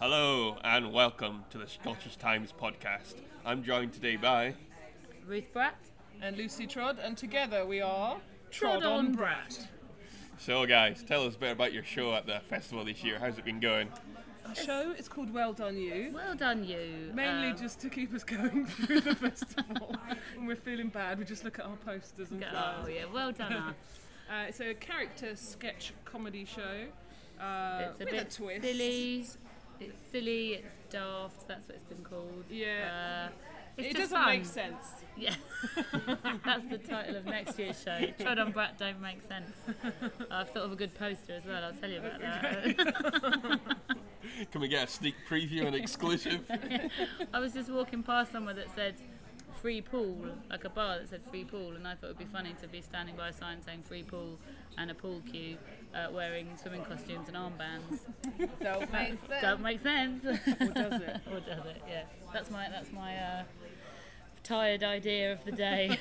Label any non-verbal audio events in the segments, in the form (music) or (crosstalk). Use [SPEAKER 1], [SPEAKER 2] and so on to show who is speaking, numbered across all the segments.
[SPEAKER 1] Hello and welcome to the Scottish Times podcast. I'm joined today by
[SPEAKER 2] Ruth Bratt.
[SPEAKER 3] and Lucy Trod, and together we are
[SPEAKER 2] Trod on
[SPEAKER 3] Brat.
[SPEAKER 1] So guys, tell us a bit about your show at the festival this year. How's it been going?
[SPEAKER 3] Our show is called Well Done You,
[SPEAKER 2] Well done, you.
[SPEAKER 3] mainly
[SPEAKER 2] Um,
[SPEAKER 3] just to keep us going (laughs) through the festival. when we're feeling bad, we just look at our posters and
[SPEAKER 2] Oh,
[SPEAKER 3] flowers.
[SPEAKER 2] yeah, well
[SPEAKER 3] (laughs)
[SPEAKER 2] done, us.
[SPEAKER 3] Uh, it's a character sketch comedy show uh,
[SPEAKER 2] It's a
[SPEAKER 3] with
[SPEAKER 2] bit
[SPEAKER 3] a twist.
[SPEAKER 2] silly. It's silly, it's daft, that's what it's been called.
[SPEAKER 3] Yeah.
[SPEAKER 2] Uh, it's
[SPEAKER 3] It
[SPEAKER 2] just
[SPEAKER 3] doesn't
[SPEAKER 2] fun. (laughs)
[SPEAKER 3] make sense.
[SPEAKER 2] Yeah. that's the title of next year's show. Trod on Brat don't make sense. I've thought of a good poster as well, I'll tell you about
[SPEAKER 3] (laughs)
[SPEAKER 2] that.
[SPEAKER 1] Can we get a sneak preview and
[SPEAKER 3] (laughs)
[SPEAKER 1] exclusive?
[SPEAKER 2] I was just walking past somewhere that said free pool, like a bar that said free pool, and I thought it would be funny to be standing by a sign saying free pool and a pool cue uh, wearing swimming costumes and armbands.
[SPEAKER 3] Don't make
[SPEAKER 2] (laughs) Don't make sense. or
[SPEAKER 3] does it?
[SPEAKER 2] or does it? Yeah. That's my that's my uh, tired idea of the (laughs) day.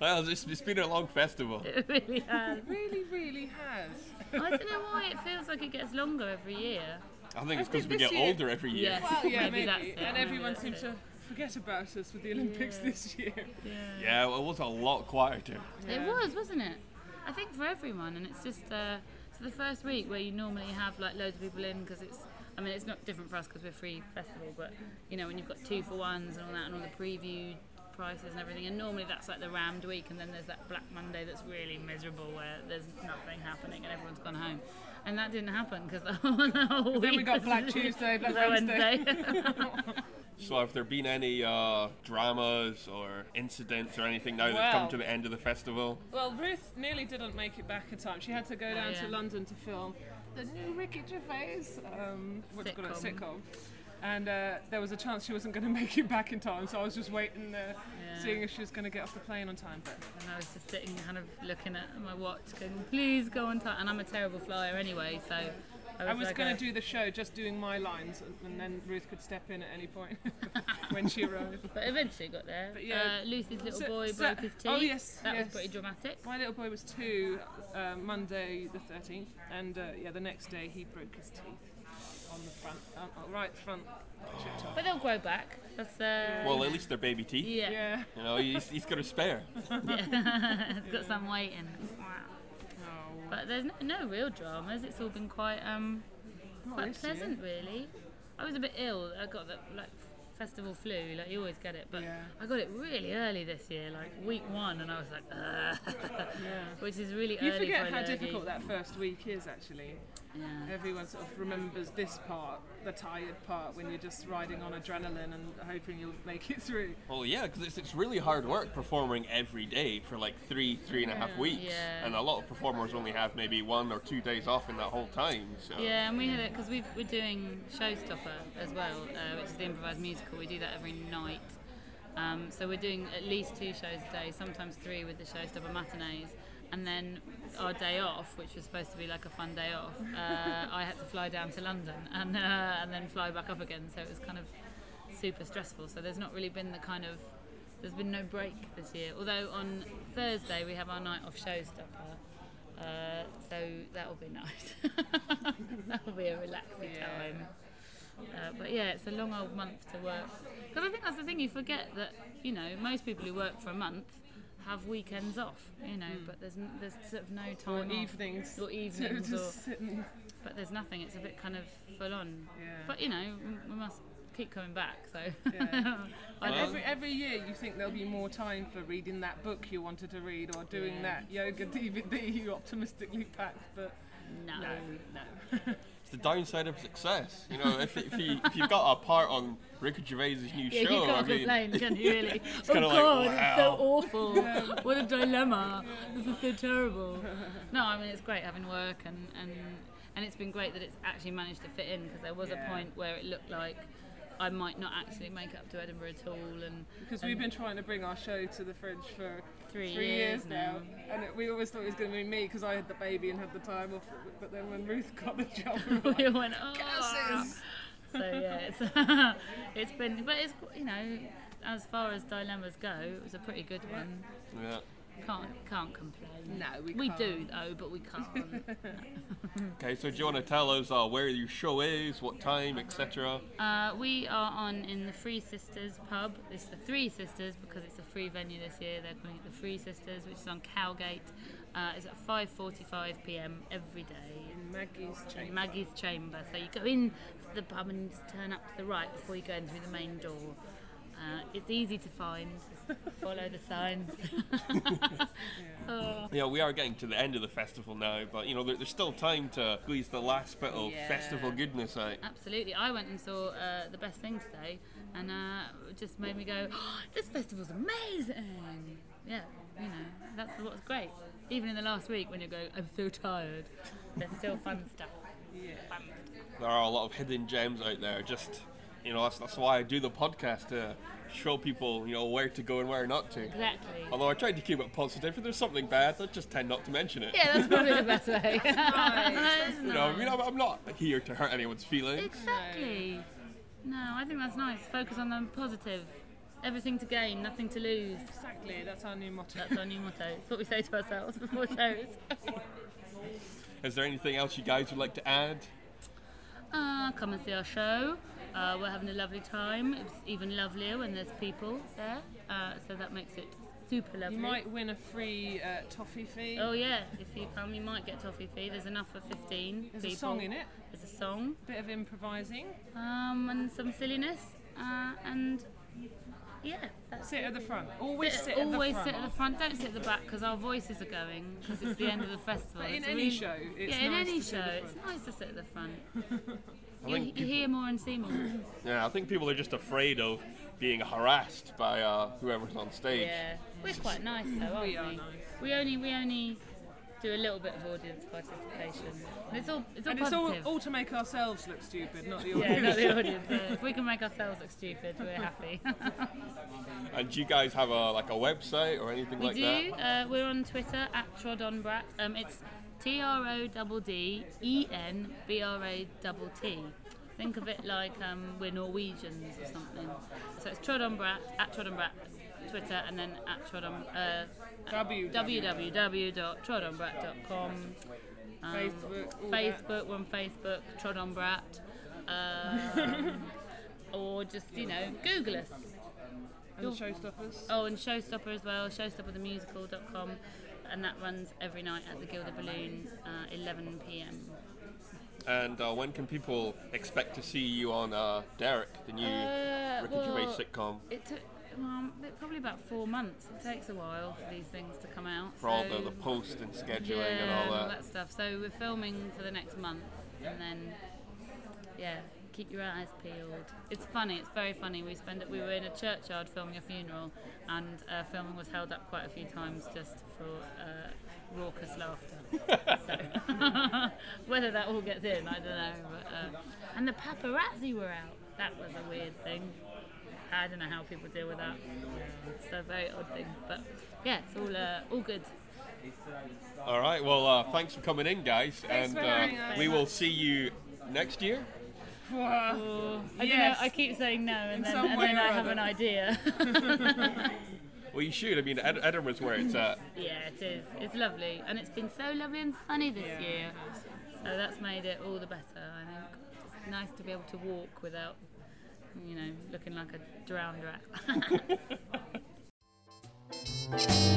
[SPEAKER 1] well, it's, it's been a long festival.
[SPEAKER 2] it really has.
[SPEAKER 3] Really, really
[SPEAKER 2] (laughs)
[SPEAKER 3] has.
[SPEAKER 2] I don't know why it feels like it gets longer every year.
[SPEAKER 1] I think it's because
[SPEAKER 3] I think
[SPEAKER 1] we
[SPEAKER 3] this
[SPEAKER 1] get
[SPEAKER 3] year-
[SPEAKER 1] older every year.
[SPEAKER 2] Yes.
[SPEAKER 3] Well, yeah,
[SPEAKER 2] maybe,
[SPEAKER 3] maybe.
[SPEAKER 2] that's it.
[SPEAKER 3] and
[SPEAKER 2] maybe
[SPEAKER 3] everyone
[SPEAKER 2] that's
[SPEAKER 3] seems
[SPEAKER 2] it.
[SPEAKER 3] to forget about us with the Olympics
[SPEAKER 2] (laughs)
[SPEAKER 3] this year.
[SPEAKER 1] Yeah, well, it was a lot quieter.
[SPEAKER 2] It was, wasn't it? I think for everyone, and it's just uh, so the first week where you normally have like loads of people in because it's. I mean, it's not different for us because we're free festival, but you know when you've got two for ones and all that, and all the preview prices and everything, and normally that's like the rammed week, and then there's that Black Monday that's really miserable where there's nothing happening and everyone's gone home, and that didn't happen because (laughs) the whole, the whole week.
[SPEAKER 3] Then we got
[SPEAKER 2] was- (laughs)
[SPEAKER 3] Black Tuesday, Black
[SPEAKER 2] was a
[SPEAKER 3] Wednesday.
[SPEAKER 1] So, have there been any uh, dramas or incidents or anything now that's come
[SPEAKER 3] Well.
[SPEAKER 1] to the end of the festival?
[SPEAKER 3] Well, Ruth nearly didn't make it back in time. She had to go down
[SPEAKER 2] Oh, yeah.
[SPEAKER 3] to London to film the new Ricky Gervais um, what's it called?
[SPEAKER 2] Sitcom.
[SPEAKER 3] sitcom. And uh, there was a chance she wasn't going to (laughs) make it back in time, so I was just waiting there,
[SPEAKER 2] Yeah.
[SPEAKER 3] seeing if she was going to get off the plane on time. But
[SPEAKER 2] And I was just sitting, kind of looking at my watch, going, "Please go on time." And I'm a terrible flyer anyway, so I was,
[SPEAKER 3] I was
[SPEAKER 2] like,
[SPEAKER 3] going
[SPEAKER 2] uh,
[SPEAKER 3] to do the show just doing my lines, and- and then Ruth could step in at any point (laughs) when she arrived.
[SPEAKER 2] But eventually got there.
[SPEAKER 3] But yeah.
[SPEAKER 2] uh, Lucy's little
[SPEAKER 3] So-
[SPEAKER 2] boy
[SPEAKER 3] so-
[SPEAKER 2] broke his teeth.
[SPEAKER 3] oh, yes,
[SPEAKER 2] that was
[SPEAKER 3] yes.
[SPEAKER 2] pretty dramatic.
[SPEAKER 3] My little boy was two uh, Monday the 13th, and uh, yeah, the next day he broke his teeth on the front, uh, right front. shirt top.
[SPEAKER 2] But they'll grow back. That's uh,
[SPEAKER 1] Well, at least they're baby teeth.
[SPEAKER 2] yeah.
[SPEAKER 3] Yeah.
[SPEAKER 1] You know, he's, he's got a spare.
[SPEAKER 2] It's got some weight in.
[SPEAKER 3] Oh.
[SPEAKER 2] But there's no, no real dramas. It's all been quite um quite
[SPEAKER 3] this year.
[SPEAKER 2] pleasant, really. I was a bit ill. I got the like festival flu. Like you always get it, but
[SPEAKER 3] Yeah.
[SPEAKER 2] I got it really early this year, like week one, and I was like, Ugh. (laughs) which is really
[SPEAKER 3] You
[SPEAKER 2] early
[SPEAKER 3] forget
[SPEAKER 2] for
[SPEAKER 3] how
[SPEAKER 2] allergy.
[SPEAKER 3] difficult that first week is actually.
[SPEAKER 2] Yeah.
[SPEAKER 3] Everyone sort of remembers this part, the tired part, when you're just riding on adrenaline and hoping you'll make it through.
[SPEAKER 1] Well, yeah, because it's, it's really hard work performing every day for like three, three and a half weeks.
[SPEAKER 2] Yeah.
[SPEAKER 1] And a lot of performers only have maybe one or two days off in that whole time. So.
[SPEAKER 2] Yeah, and we had it because we're doing Showstopper as well, uh, which is the improvised musical. We do that every night. Um, so we're doing at least two shows a day, sometimes three with the Showstopper matinees. And then our day off, which was supposed to be like a fun day off, uh, I had to fly down to London (laughs) and, uh, and then fly back up again. So it was kind of super stressful. So there's not really been the kind of there's been no break this year. Although on Thursday we have our night off Showstopper, uh, so that'll be nice. (laughs) that'll be a relaxing
[SPEAKER 3] Yeah.
[SPEAKER 2] time. Uh, but yeah, it's a long old month to work. Because I think that's the thing you forget that you know most people who work for a month have weekends off. You know, but there's n- there's sort of no
[SPEAKER 3] Hmm. Or
[SPEAKER 2] time off.
[SPEAKER 3] evenings.
[SPEAKER 2] Or
[SPEAKER 3] (laughs) So
[SPEAKER 2] evenings,
[SPEAKER 3] just
[SPEAKER 2] or-
[SPEAKER 3] sitting-
[SPEAKER 2] But there's nothing. It's a bit kind of full on.
[SPEAKER 3] Yeah.
[SPEAKER 2] But you know, m- we must keep coming back. So
[SPEAKER 3] Yeah.
[SPEAKER 2] (laughs) I
[SPEAKER 3] And
[SPEAKER 2] don't-
[SPEAKER 3] every, every year you think there'll be more time for reading that book you wanted to read or doing
[SPEAKER 2] Yeah.
[SPEAKER 3] that yoga (laughs) DVD you optimistically packed, but
[SPEAKER 2] no.
[SPEAKER 3] no.
[SPEAKER 1] It's the downside of success. You know, if, if, you, if you've got a part on Ricky Gervais's new
[SPEAKER 2] Yeah,
[SPEAKER 1] show,
[SPEAKER 2] you can't
[SPEAKER 1] I mean,
[SPEAKER 2] complain, can you
[SPEAKER 1] (laughs)
[SPEAKER 2] really? oh
[SPEAKER 1] kinda
[SPEAKER 2] god,
[SPEAKER 1] like,
[SPEAKER 2] it's so
[SPEAKER 1] wow.
[SPEAKER 2] awful. what a dilemma. This is so terrible. No, I mean it's great having work and and and it's been great that it's actually managed to fit in because there was
[SPEAKER 3] Yeah.
[SPEAKER 2] a point where it looked like I might not actually make it up to Edinburgh at all
[SPEAKER 1] (laughs)
[SPEAKER 2] and (laughs)
[SPEAKER 3] Because we've been trying to bring our show to the Fringe for
[SPEAKER 2] Three years
[SPEAKER 3] years,
[SPEAKER 2] now.
[SPEAKER 3] now, and it, we always thought it was going to be me because I had the baby and had the time off. But then when Ruth got the job, (laughs) we were
[SPEAKER 2] we
[SPEAKER 3] like,
[SPEAKER 2] all went oh.
[SPEAKER 3] "Curses!"
[SPEAKER 1] (laughs)
[SPEAKER 2] (laughs) So yeah, it's, it's been, but it's you know, as far as dilemmas go, it was a pretty good one.
[SPEAKER 1] Yeah.
[SPEAKER 2] Can't can't complain.
[SPEAKER 3] No, we
[SPEAKER 2] We
[SPEAKER 3] can't.
[SPEAKER 2] do though, but
[SPEAKER 1] (laughs)
[SPEAKER 2] we can't.
[SPEAKER 1] Okay, so do you want to tell us uh, where your show is, what time, etc.?
[SPEAKER 2] uh, we are on in the Three Sisters pub. It's the Three Sisters because it's a free venue this year. They're calling it the Three Sisters, which is on Cowgate. Uh, it's at 5:45 p.m. every day.
[SPEAKER 3] In Maggie's
[SPEAKER 2] in
[SPEAKER 3] chamber.
[SPEAKER 2] Maggie's chamber. So you go in to the pub and just turn up to the right before you go in through the main door. Uh, it's easy to find. Follow the signs. Oh.
[SPEAKER 1] Yeah, we are getting to the end of the festival now, but you know there, there's still time to squeeze the last bit of
[SPEAKER 3] Yeah.
[SPEAKER 1] festival goodness out.
[SPEAKER 2] Absolutely. I went and saw uh, the best thing today, and uh, it just made me go, oh, "This festival's amazing!" Yeah, you know, that's what's great. Even in the last week, when you go, "I'm so tired," there's still fun stuff.
[SPEAKER 3] Yeah.
[SPEAKER 1] There are a lot of hidden gems out there. Just you know that's that's why I do the podcast to show people you know where to go and where not to.
[SPEAKER 2] Exactly.
[SPEAKER 1] Although I tried to keep it positive, if there's something bad, I just tend not to mention it.
[SPEAKER 2] Yeah, that's probably the best way. (laughs) That's
[SPEAKER 1] You know, I
[SPEAKER 2] nice.
[SPEAKER 1] mean, I'm, I'm not here to hurt anyone's feelings.
[SPEAKER 2] Exactly. No, I think that's nice. Focus on the positive. Everything to gain, nothing to lose.
[SPEAKER 3] Exactly, that's our new motto.
[SPEAKER 2] That's our new motto. It's what we say to ourselves (laughs) before shows.
[SPEAKER 1] Is there anything else you guys would like to add?
[SPEAKER 2] Uh, come and see our show. Uh, we're having a lovely time. It's even lovelier when there's people there, uh, so that makes it super lovely.
[SPEAKER 3] You might win a free uh, toffee fee.
[SPEAKER 2] Oh yeah, if you come, you might get toffee fee. There's enough for 15
[SPEAKER 3] There's
[SPEAKER 2] people.
[SPEAKER 3] a song in it,
[SPEAKER 2] There's a song,
[SPEAKER 3] bit of improvising.
[SPEAKER 2] um, and some silliness, uh, and yeah, that's
[SPEAKER 3] Sit at the front. Always
[SPEAKER 2] Sit-
[SPEAKER 3] sit at the
[SPEAKER 2] always
[SPEAKER 3] front.
[SPEAKER 2] sit at the front. Don't sit at the back because our voices are going because it's the end of the festival.
[SPEAKER 3] (laughs) But in
[SPEAKER 2] It's
[SPEAKER 3] any
[SPEAKER 2] really-
[SPEAKER 3] show, it's
[SPEAKER 2] yeah, in
[SPEAKER 3] nice
[SPEAKER 2] any
[SPEAKER 3] to sit
[SPEAKER 2] show,
[SPEAKER 3] at the
[SPEAKER 2] it's nice to sit at the front.
[SPEAKER 1] I
[SPEAKER 2] You,
[SPEAKER 1] think
[SPEAKER 2] you
[SPEAKER 1] peop-
[SPEAKER 2] hear more and see more.
[SPEAKER 1] yeah, I think people are just afraid of being harassed by uh, whoever's on stage.
[SPEAKER 2] yeah, we're quite nice though, aren't we?
[SPEAKER 3] We are nice.
[SPEAKER 2] We only we only do a little bit of audience participation. And It's all it's all
[SPEAKER 3] And it's all,
[SPEAKER 2] positive.
[SPEAKER 3] all to make ourselves look stupid, not the
[SPEAKER 2] yeah,
[SPEAKER 3] audience.
[SPEAKER 2] not the
[SPEAKER 3] (laughs)
[SPEAKER 2] audience. uh, if we can make ourselves look stupid, we're happy. (laughs)
[SPEAKER 1] And do you guys have a like a website or anything
[SPEAKER 2] We
[SPEAKER 1] like
[SPEAKER 2] do.
[SPEAKER 1] that?
[SPEAKER 2] Uh, we're on Twitter at Trodonbrat. Um, it's T R O D D E N B R A double T. Think of it like um, we're Norwegians or something. So it's Trodonbrat at Trodonbrat Twitter and then at Trodon uh,
[SPEAKER 3] W-
[SPEAKER 2] www.trodonbrat.com. Um,
[SPEAKER 3] (laughs) Facebook, all that.
[SPEAKER 2] Facebook. We're on Facebook. Trodonbrat.
[SPEAKER 3] (laughs)
[SPEAKER 2] Um, or just you know, Google us.
[SPEAKER 3] And the showstoppers.
[SPEAKER 2] Oh, and Showstopper as well, showstopperthemusical.com, and that runs every night at the Gilded Balloon, uh, 11 pm.
[SPEAKER 1] And uh, when can people expect to see you on uh, Derek, the new
[SPEAKER 2] Uh,
[SPEAKER 1] Ricky
[SPEAKER 2] well,
[SPEAKER 1] Gervais sitcom?
[SPEAKER 2] It took um, it- probably about four months. It takes a while for these things to come out.
[SPEAKER 1] For all
[SPEAKER 2] so-
[SPEAKER 1] the, the post and scheduling
[SPEAKER 2] yeah,
[SPEAKER 1] and all that.
[SPEAKER 2] stuff. So we're filming for the next month, and then yeah, keep your eyes peeled. It's funny. It's very funny. We spend it. We were in a churchyard filming a funeral, and uh, filming was held up quite a few times just for uh, raucous laughter. so, (laughs) whether that all gets in, I don't know. But, uh, and the paparazzi were out. That was a weird thing. I don't know how people deal with that. It's a very odd thing, but yeah, it's all uh, all good.
[SPEAKER 1] All right. Well, uh, thanks for coming in, guys,
[SPEAKER 3] Thanks
[SPEAKER 1] and
[SPEAKER 3] for having
[SPEAKER 1] uh,
[SPEAKER 3] us.
[SPEAKER 1] we will see you next year.
[SPEAKER 2] Oh.
[SPEAKER 3] Whoa.
[SPEAKER 2] Or- I
[SPEAKER 3] Yes.
[SPEAKER 2] don't know. I keep saying no, and then,
[SPEAKER 3] some
[SPEAKER 2] and
[SPEAKER 3] way
[SPEAKER 2] then
[SPEAKER 3] or
[SPEAKER 2] I have
[SPEAKER 3] other.
[SPEAKER 2] an
[SPEAKER 3] (laughs)
[SPEAKER 2] idea.
[SPEAKER 1] Well, you should. I mean, Ed- Edinburgh's where it's at.
[SPEAKER 2] yeah, it is. It's lovely, and it's been so lovely and sunny this year. So that's made it all the better. I think it's nice to be able to walk without, (laughs) you know, looking like a drowned rat.